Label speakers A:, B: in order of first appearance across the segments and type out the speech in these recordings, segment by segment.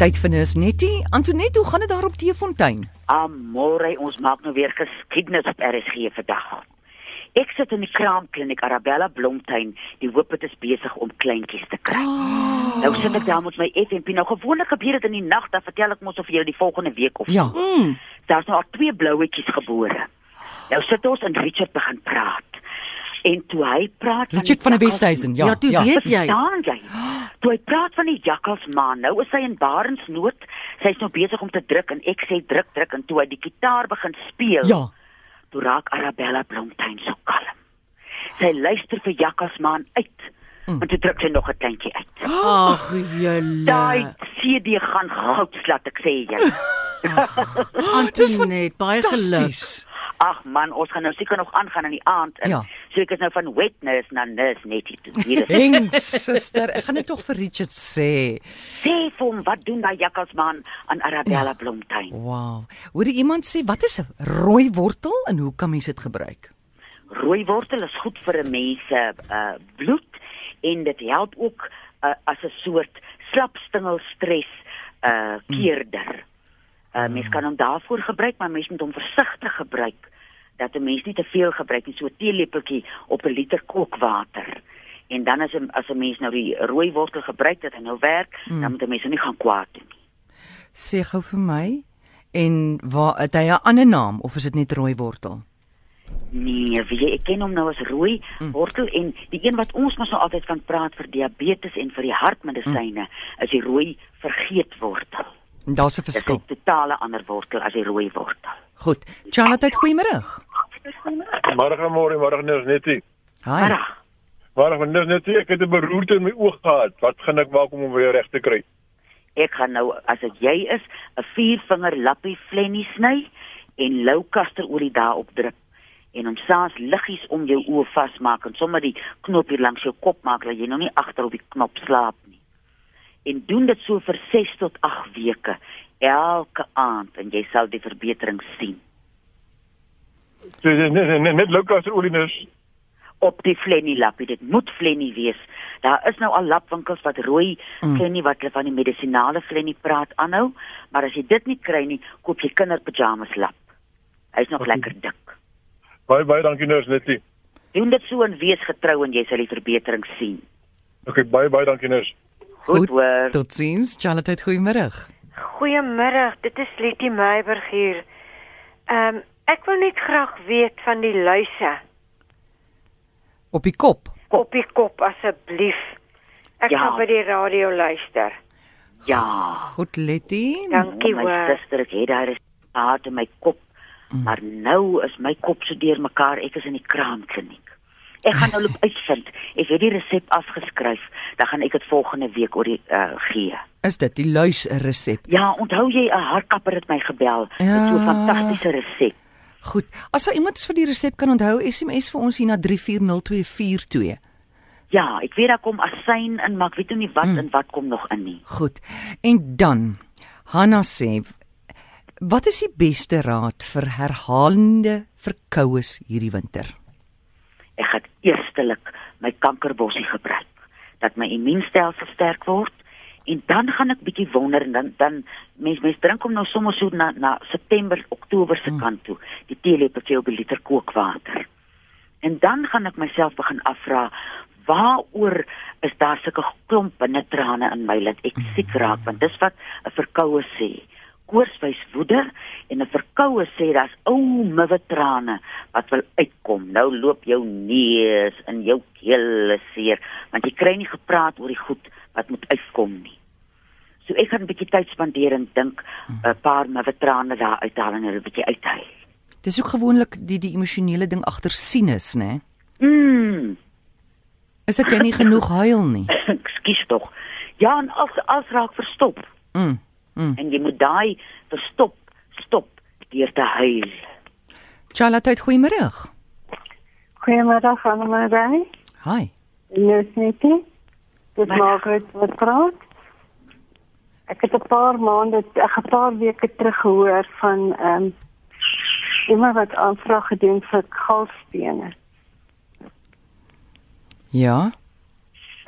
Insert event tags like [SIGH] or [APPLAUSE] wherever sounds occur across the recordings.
A: tydvernis netie. Antoinette, hoe gaan dit daar op Teefontein?
B: Amore, ons maak nou weer geskiedenis op RSG vandag. Ek sit in die kraamkliniek Arabella Blomtuin. Die hoopet is besig om kleintjies te kry.
A: Oh.
B: Nou sit ek daar met my FNP. Nou gewoonlik gebeur dit in die nag, dan vertel ek mos of jy die volgende week of
A: Ja.
C: Mm.
B: daar's nou al twee blouetjies gebore. Nou sit ons en Richard begin praat. En toe hy praat
A: Richard van die Westhuizen, ja.
C: Ja, toe weet jy.
B: Verstaan jy? Toe hy praat van die jakkalsmaan, nou is sy in Barensnood. Sy's nou besig om te druk en ek sê druk druk en toe hy die gitaar begin speel,
A: Ja.
B: toe raak Arabella Blomtuin so kalm. Sy luister vir jakkalsmaan uit. Mm. En toe druk sy nog 'n kleintjie uit.
C: Ag julle.
B: Daai CD gaan goud slat ek sê jy.
C: Antoinette, baie geluk.
A: Fantasties.
B: Ag man, ons gaan nou seker nog aangaan in die aand en
A: Ja.
B: ja. so ek is nou van wet nurse na nurse net hier toe.
A: [LAUGHS]
B: Hier is-
A: Ding suster, ek gaan dit tog vir Richard sê.
B: Sê vir hom wat doen daai jakkalsman aan Arabella ja. Blomtuin?
A: Wow. Hoor jy iemand sê wat is 'n rooi wortel en hoe kan mens dit gebruik?
B: Rooi wortel is goed vir 'n mens se uh, bloed en dit help ook uh, as 'n soort slapstingel stres uh keerder. Uh, mens kan hom daarvoor gebruik, maar mens moet hom versigtig gebruik dat 'n mens nie te veel gebruik nie, so 'n teelepeltjie op 'n liter kookwater. En dan as 'n as 'n mens nou die rooi wortel gebruik dat hy nou werk, mm. dan moet 'n mens hom nie gaan kwaad doen nie.
A: Sê gou vir my en waar het hy 'n ander naam of is dit net rooi wortel?
B: Nee, weet jy, ek ken hom nou as rooi mm. wortel en die een wat ons mos nou altyd van praat vir diabetes en vir die hartmedisyne mm. is die rooi vergeetwortel.
A: En Daar's 'n
B: Dis
A: verskil.
B: 'n totale ander wortel as die rooi wortel.
A: Goed. Charlotte, goeiemôre.
D: Môre môre môre nou is net nie.
A: Hi.
B: Ag,
D: Môre want nou is net nie ek het 'n beroerte in my oog gehad. Wat gaan ek maak om hom weer reg te kry?
B: ek gaan nou as dit jy is, 'n viervinger lappie flennie sny en lou kaster oor die dae opdruk en hom saans liggies om jou oë vasmaak en sommer die knop hier langs jou kop maak dat jy nou nie agter op die knop slaap nie. en doen dit so vir 6 tot 8 weke elke aand en jy sal die verbetering sien
D: So dis net net, net Lukas Olinus.
B: op die flennie lappie dit moet flennie wees daar is nou al lapwinkels wat rooi mm. flennie wat hulle van die medisinale flennie praat aanhou maar as jy dit nie kry nie koop jy kinderpyjamas lap hy's nog okay. lekker dik
D: Baie baie dankie nou is net nie.
B: doen dit so en wees getrou en jy sal die verbetering sien
D: Okay, baie baie dankie nou. is.
B: goed hoor
A: Totsiens. Charlotte, goeiemôre.
E: Goeiemiddag, dit is Letty Meiburg hier. Ehm um, ek wil net graag weet van die luise
A: Op die kop.
E: op die kop asseblief. Ek
B: Ja.
E: gaan by die radio luister.
B: ja
A: Goed Letty.
E: Dankie
B: my
E: hoor.
B: suster, ek het daar is hart in my kop. Mm. Maar nou is my kop so deurmekaar. Ek is in die kraamkliniek. Ek gaan [LAUGHS] nou loop uitvind. Ek het die resep afgeskryf. Dan gaan ek dit volgende week oor die uh, gee.
A: Is dit die luis resep?
B: Ja, onthou jy 'n hartkapper het my gebel met so
A: Ja.
B: 'n fantastiese resep.
A: Goed. As daar iemand is wat die resep kan onthou, SMS vir ons hier na 340242.
B: Ja, ek weet daar kom asyn in, maar ek weet nou nie wat mm. en wat kom nog in nie.
A: Goed. En dan Hanna sê Wat is die beste raad vir herhalende verkoues hierdie winter?
B: Ek gaan eerstelik my kankerbossie gebruik dat my immuunstelsel sterk word en dan gaan ek bietjie wonder en dan dan mens mens drink hom nou sommer so na na September, Oktober se hmm. kant toe. Die teelepeltjie op 'n liter kookwater. En dan gaan ek myself begin afvra waaroor is daar sulke klomp binne trane in my dat ek siek raak want dis wat 'n verkoue sê. Koors wys woede en 'n verkoue sê daar's ou muwe trane wat wil uitkom. Nou loop jou neus en jou keel is seer want jy kry nie gepraat oor die goed wat moet uitkom nie. So ek gaan 'n bietjie tyd spandeer en dink 'n paar muwe trane daar uithaal en hulle 'n bietjie uithuil.
A: Dis ook gewoonlik die die emosionele ding agter sinus, né?
B: Mm.
A: Is dit jy nie genoeg huil nie?
B: [COUGHS] ekskuus tog. Ja, en as as raak verstop
A: Mm.
B: en jy moet daai verstop stop deur te huil.
A: Charlotte, goeiemôre.
F: Goeiemiddag Annemarie.
A: Hi.
F: Nou sneetie. Dit maak uit wat praat. Ek het 'n paar maande, ag, 'n paar weke terug gehoor van ehm um, iemand wat aanvraag gedoen vir galspene
A: Ja.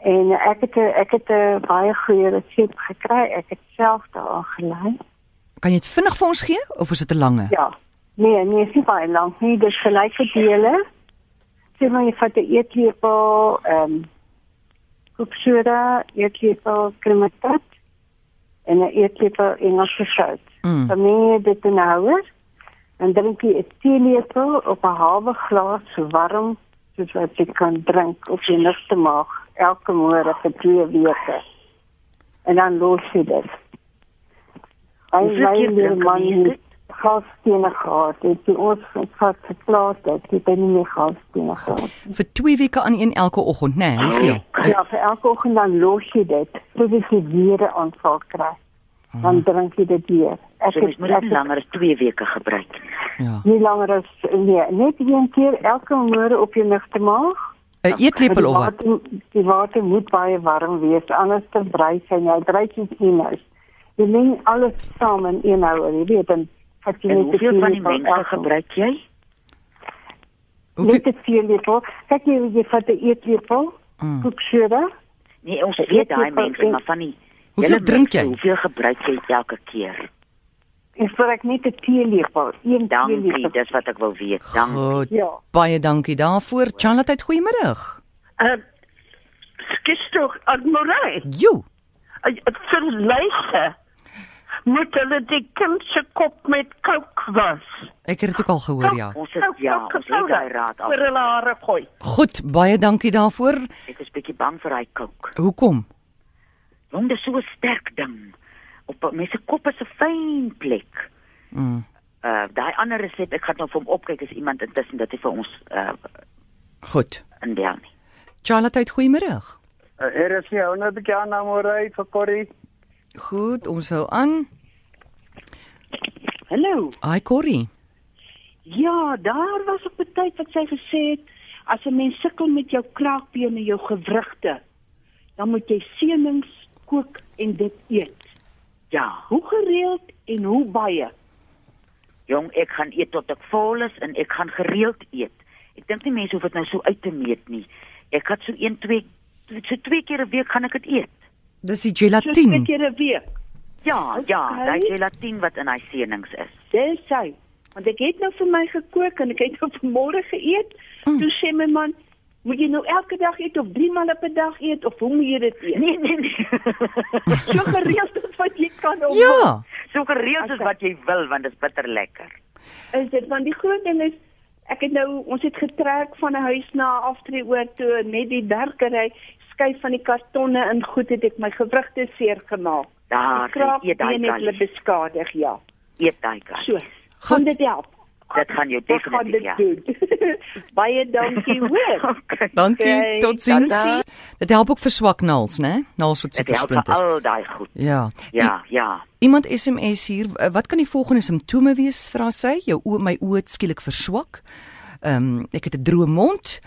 F: En ek het 'n- ek het 'n baie goeie resep gekry. Ek het self daaraan gelei.
A: Kan jy dit vinnig vir ons gee of is dit 'n lange?
F: Ja. Nee, nee, is nie baie lank nie. Dis gelyke dele. Sê maar jy vat 'n eetlepel ehm um, koeksoda, eetlepel krematat en 'n eetlepel Engelse sout.
A: Mm.
F: Dan meng jy dit in 'n houer en drink jy 'n teelepel op 'n halwe glas warm soos wat jy kan drink op jou nigte maag elke môre vir 2 weke. En dan los jy dit. Hy
B: Hoeveel
F: lei
B: keer
F: die
B: drink
F: man
B: mense dit?
F: met gasstene gehad. Het jy ons vat geplaas dat jy by nie meer gasstene gehad.
A: Vir 2 weke aan een elke oggend, né? Nee, hoeveel?
F: Ja, vir elke oggend dan los jy dit. Dit is die weer 'n aanval kry. Dan drink jy dit weer.
B: Mhm.
F: Ek
B: So mens moet
F: ek
B: dit nie langer as 2 weke gebruik nie.
A: Ja.
F: nie langer as nee, net een keer elke môre op jou nigte maag.
A: 'n Eetlepel
F: Die
A: of wat?
F: water- Die water moet baie warm wees, anders dan brei sy en jy brei dit nie nou. Jy meng alles saam in een houer, jy weet dan het jy
B: En
F: net 'n
B: hoeveel van die
F: teelepel
B: mengsel
F: elke-
B: gebruik jy?
A: Hoeveel?
F: Net 'n teelepel. Kyk jy jy vat 'n eetlepel
A: Mm.
F: koeksuur.
B: Nee, ons weet daai
F: eetlepel
B: mengsel,
F: en-
B: maar van die
A: Hoeveel
B: hele
A: drink jy?
B: mengsel, Hoeveel gebruik jy elke keer?
F: Ek gebruik net 'n teelepel, een
B: Dankie,
F: teelepel.
B: dis wat ek wou weet. Dankie.
A: Goed.
F: Ja.
A: Baie dankie daarvoor. Charlotte, goeiemiddag.
B: Eh,
G: Uh, Skus tog, Admorey.
A: Jo.
G: Uh, vir lyse moet hulle die kind se kop met kook was.
A: Ek het dit ook al gehoor, ja.
B: Ons is ja, ons het daai raad al.
G: Vir hulle hare gooi.
A: Goed, baie dankie daarvoor.
B: Ek is bietjie bang vir daai kook.
A: Hoekom?
B: Want dit is so 'n sterk ding. Op mense kop is 'n fyn plek.
A: Mm.
B: Uh daai ander resep, ek gaan nou vir hom opkyk as iemand intussen dit hy vir ons uh
A: Goed.
B: inbel nie.
A: Charlotte, goeiemiddag.
D: Er is nie ou net 'n bietjie aan na môre vir Corrie.
A: Goed, ons hou aan.
H: Hallo.
A: Hi Corrie.
H: Ja, daar was 'n party wat sy gesê het as 'n mens sukkel met jou kraakbeen en jou gewrigte, dan moet jy seënings kook en dit eet.
B: Ja,
H: Hoe gereeld en hoe baie?
B: jong, ek gaan eet tot ek vol is en ek gaan gereeld eet. Ek dink nie mense hoef dit nou so uit te meet nie. Ek gaan so 1 2 so twee keer 'n week gaan ek dit eet.
A: Dis die
H: So twee
A: gelatine.
H: keer 'n week.
B: Ja, ja,
H: Okay.
B: daai gelatine wat in daai seenings is.
H: Dis hy. Want ek het nou vir my gekook en ek het nou [LAUGHS] vanmôre geëet. Mm. Toe sê my man, moet jy nou elke dag eet of drie maal op 'n dag eet of hoe moet jy dit eet?
B: Nee, nee, [LAUGHS] nee.
H: So gereeld as wat jy kan om.
A: Ja.
B: so gereeld is wat jy wil want dit is bitter lekker.
H: is dit want die groot ding is ek het nou ons het getrek van 'n huis na 'n aftreeoor toe net die werkery skuif van die kartonne in goed het ek my gewrigte seer gemaak.
B: Daar,
H: Die kraak
B: eet daai
H: been het hulle
B: garlic.
H: beskadig ja.
B: Eet daai kar.
H: So. Gaan dit help.
B: Dit gaan jou
H: Ek gaan
B: definitief
H: dit
B: ja.
I: [LAUGHS]
H: doen. Baie
B: [LAUGHS]
H: dankie hoor.
B: Okay.
A: Dankie,
H: Okay,
A: totsiens. Dit help ook vir swak naels, né? Naels wat
B: [LAUGHS] Dit
A: seker
B: help vir
A: splinter.
B: al daai goed.
A: Ja.
B: Ja, ja.
A: I- Iemand SMS hier, eh, wat kan die volgende simptome wees? Vra sy, jou oë, my oë het skielik verswak. Ehm um, ek het 'n droë mond.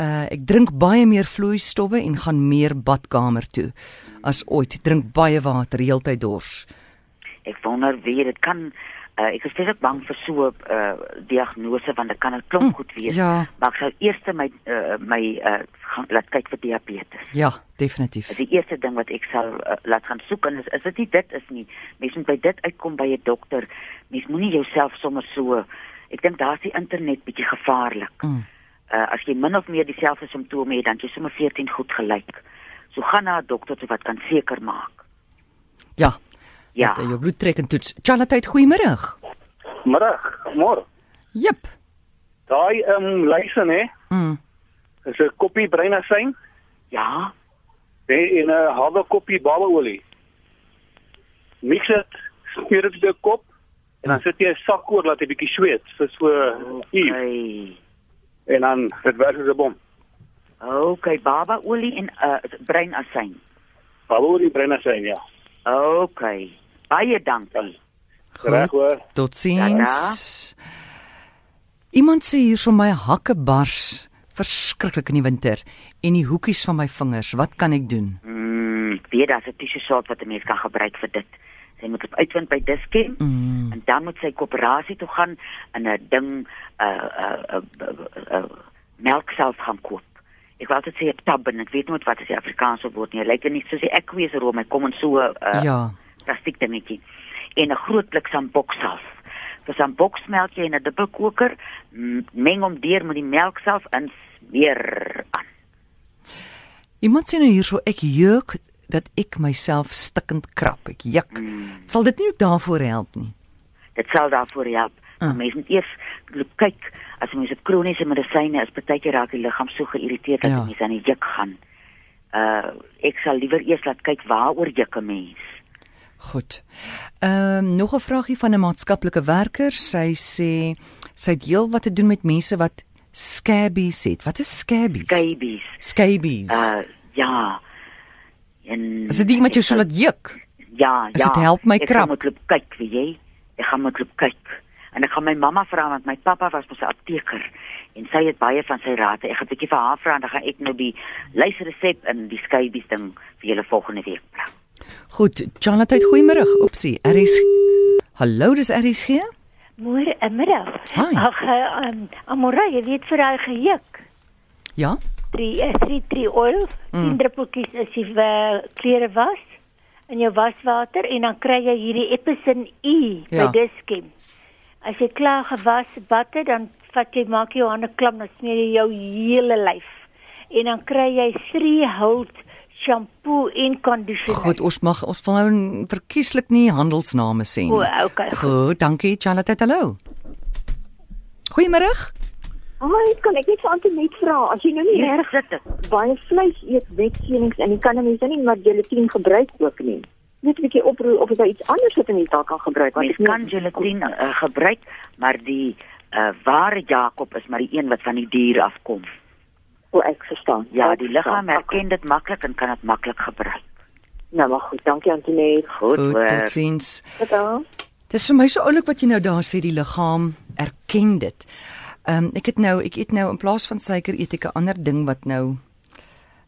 A: Uh, ek drink baie meer vloeistowwe en gaan meer badkamer toe as ooit. Drink baie water, heeltyd dors.
B: Ek wonder wie dit kan uh, ek is steeds bang vir so 'n uh, diagnose want dit kan 'n klomp goed wees.
A: ja.
B: Maar ek sou eers my uh, my uh, gaan laat kyk vir diabetes.
A: Ja, definitief.
B: Dis die eerste ding wat ek sal uh, laat gaan soek en is, is dit nie dit is nie. Mens moet by dit uitkom by 'n dokter. Mens moenie jouself sommer so ek dink daar's die internet bietjie gevaarlik.
A: Mm.
B: Uh, as jy min of meer dieselfde simptome het, dan is jy sommer 14 goed gelyk. So gaan na 'n dokter toe wat kan seker maak.
A: Ja.
B: Ja.
A: Dat, eh, jou bloed trek en toets. Charlotte, goeiemiddag.
D: Middag, môre.
A: Jep.
D: Daai ehm um, lyse nê,
A: Mm.
D: is 'n koppie breinasyn
B: Ja,
D: en en 'n halwe koppie babaolie. Mix dit, smeer dit op jou kop en dan sit jy 'n sak oor laat hy bietjie sweet vir so 'n uur
B: okay.
D: en dan dit werk soos 'n bom.
B: Okay, baba olie en uh, breinasyn.
D: Babaolie breinasyn ja.
B: Okay. Baie dankie.
D: Reg hoor.
A: Totsiens. Iemand sê hierso my hakke bars verskriklik in die winter en die hoekies van my vingers. Wat kan ek doen?
B: Mm, ek weet daar's 'n tissue soort wat 'n mens kan gebruik vir dit. Sy moet dit uitvind by Dischem
A: Mm.
B: en dan moet sy koöperasie toe gaan eh, en 'n ding 'n uh, 'n uh, uh, uh, uh, melk self eh, gaan koop ek wou altyd sê 'n tab en ek weet nooit wat is die Afrikaanse woord nie. Hy lyk net soos die ekweesroom. Hy kom in so 'n uh,
A: Ja.
B: plastiek dingetjie en 'n groot blik sambok self. Vir sambok smelt jy in 'n dubbelkoker, m- meng hom deur met die melk self en weer aan.
A: Iemand sê nou hierso ek juk dat ek myself stikkend krap. Ek juk. Sal dit nie ook daarvoor help nie?
B: Dit sal daarvoor help.
A: Ah.
B: Maar mens moet eers loop kyk as mens op kroniese medisyne is, baie keer raak die liggaam so geïrriteerd dat
A: Ja.
B: ja. mens aan die juk gaan. Uh ek sal liewer eers laat kyk waaroor juk 'n mens.
A: Goed. Ehm nog 'n vragie van 'n maatskaplike werker. Sy sê sy het heel wat te doen met mense wat scabies het. Wat is scabies? Ah,
B: Scabies.
A: Scabies.
B: Uh ja. En
A: is dit iemand jou so laat juk?
B: Ja,
A: As
B: ja.
A: dit help my
B: ek
A: krap.
B: gaan moet loop kyk, weet jy? Ek gaan moet loop kyk. En ek gaan my mamma vra want my pappa was mos 'n apteker en sy het baie van sy raad. Ek gaan 'n bietjie vir haar vra en dan gaan ek nou die lysresep in die skybies ding vir julle volgende week bring.
A: Goed, Charlotte, goeiemôre. Opsie. RS Hallo, dis RSG.
J: Môre 'n middag.
A: Hi.
J: Ag, eh, um, Amora, jy weet vir daai gejuk.
A: Ja.
J: Drie eh, drie drie oil,
A: Mm.
J: 10 druppeltjies as jy uh, klere was in jou waswater en dan kry jy hierdie Epsom E by
I: Ja.
J: Diskem. As jy klaar gewas batte, dan vat jy maak jou hande klam, dan smeer jy jou hele lyf en dan kry jy 3 hold shampoo en conditioner.
A: Goed, ons mag ons wil nou n- verkieslik nie handelsname sê nie.
J: O, okay, goed.
A: Goed, dankie Charlotte. Hallo. Goeiemôre.
I: Hoi, kan ek net vir Antonet vra as jy nou nie
B: Hier
I: reg baie vleis eet met seenings en jy kan mense nie maar gelatine gebruik ook nie. Net 'n bietjie oproep of jy iets anders wat in die taak kan gebruik want
B: Mens kan gelatine uh, gebruik, maar die uh, ware Jakob is maar die een wat van die dier afkom.
I: O, ek Oh, verstaan.
B: Ja,
I: Ek
B: die
I: verstaan.
B: liggaam herken dit maklik en kan dit maklik gebruik.
I: Nou maar goed, dankie Antonet.
B: Goed,
A: totsiens.
I: Hallo.
A: Dis vir my so oulik wat jy nou daar sê die liggaam erken dit. Ehm um, ek het nou ek eet nou in plaas van suiker eet ek 'n ander ding wat nou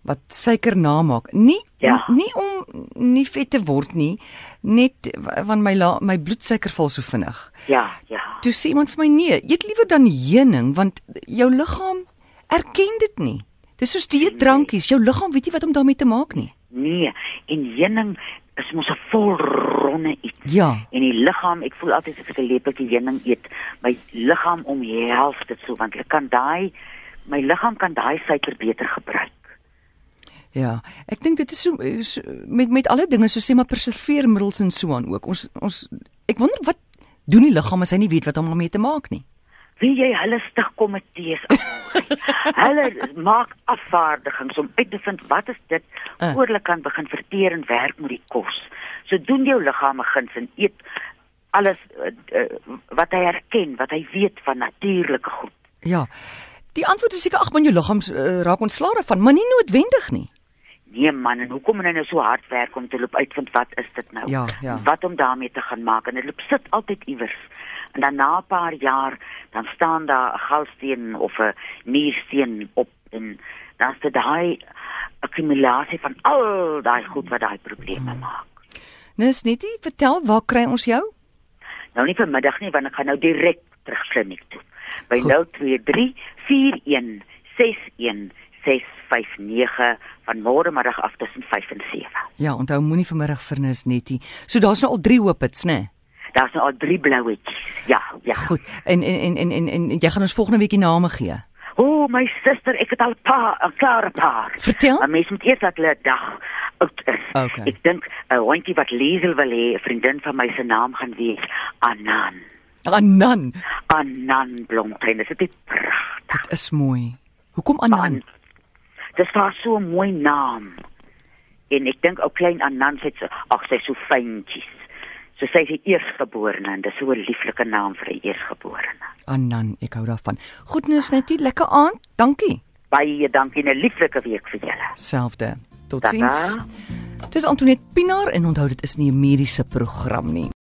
A: wat suiker namaak. Nie ja. nie om nie vet te word nie, net wa- want my la, my bloedsuiker val so vinnig.
B: Ja, ja.
A: Toe sê iemand vir my nee, eet liewer dan heuning want jou liggaam erken dit nie. Dis soos dieetdrankies, jou liggaam weet nie wat om daarmee te maak nie.
B: Nee, en heuning is mos 'n volronde iets.
A: Ja.
B: En die liggaam, ek voel altyd as ek 'n lepeltjie heuning eet, my liggaam omhels dit so want ek kan daai my liggaam kan daai suiker beter gebruik.
A: Ja, ek dink dit is so, so met met alle dinge so sê maar preserveermiddels en so aan ook. Ons ons ek wonder wat doen die liggaam as hy nie weet wat om daarmee te maak nie.
B: Wie jy hulle stig [LAUGHS] komitees af. hulle maak afvaardigings om uit te vind wat is dit
A: Ah.
B: voor hulle kan begin verteer en werk met die kos. So doen jou liggaam 'n guns en eet alles uh, uh, wat hy herken, wat hy weet van natuurlike goed.
A: Ja. Die antwoord is seker ag man jou liggaam uh, raak ontslae daarvan, maar nie noodwendig nie.
B: Nee man, en hoekom moet hy nou so hard werk om te loop uitvind wat is dit nou?
A: Ja, ja.
B: Wat om daarmee te gaan maak en dit loop sit altyd iewers. En dan na 'n paar jaar dan staan daar 'n galsteen of 'n muursteen op en dan is dit daai akkumulasie van al daai goed wat daai
A: Hmm.
B: probleme maak.
A: Nis net nie vertel waar kry ons jou?
B: Nou nie vanmiddag nie want ek gaan nou direk terug kliniek toe. By nou 023 41 61 659 van môre middag af tussen 5 en 7.
A: Ja, onthou moenie vanmiddag vernis net nie. So daar's nou al 3 hoopits, né?
B: Daar's nou al 3 blouetjies. Ja, ja.
A: Goed. En en en en en, en jy gaan ons volgende week die name gee.
B: O, my suster, ek het al 'n paar, 'n klare paar.
A: Vertel.
B: 'n Mens moet eers dat hulle 'n dag oud is.
A: Okay.
B: Ek dink 'n hondjie wat Liesel wil hê, 'n vriendin van my se naam gaan wees Anan.
A: Anan.
B: Anan Blomtuin. Dit is die
A: Dit is mooi. Hoekom Anan?
B: Dis daar so 'n mooi naam. En ek dink ou klein Anan sê so, ag sy is so fyntjies. So sy is die eerstgeborene en dis so 'n lieflike naam vir 'n eerstgeborene.
A: Anan, ek hou daarvan. Goednis net, lekker aand. Dankie.
B: Baie dankie en 'n lieflike week vir julle.
A: Selfde.
B: Tata.
A: Totsiens. Dis Antoinette Pinaar en onthou dit is nie 'n mediese program nie.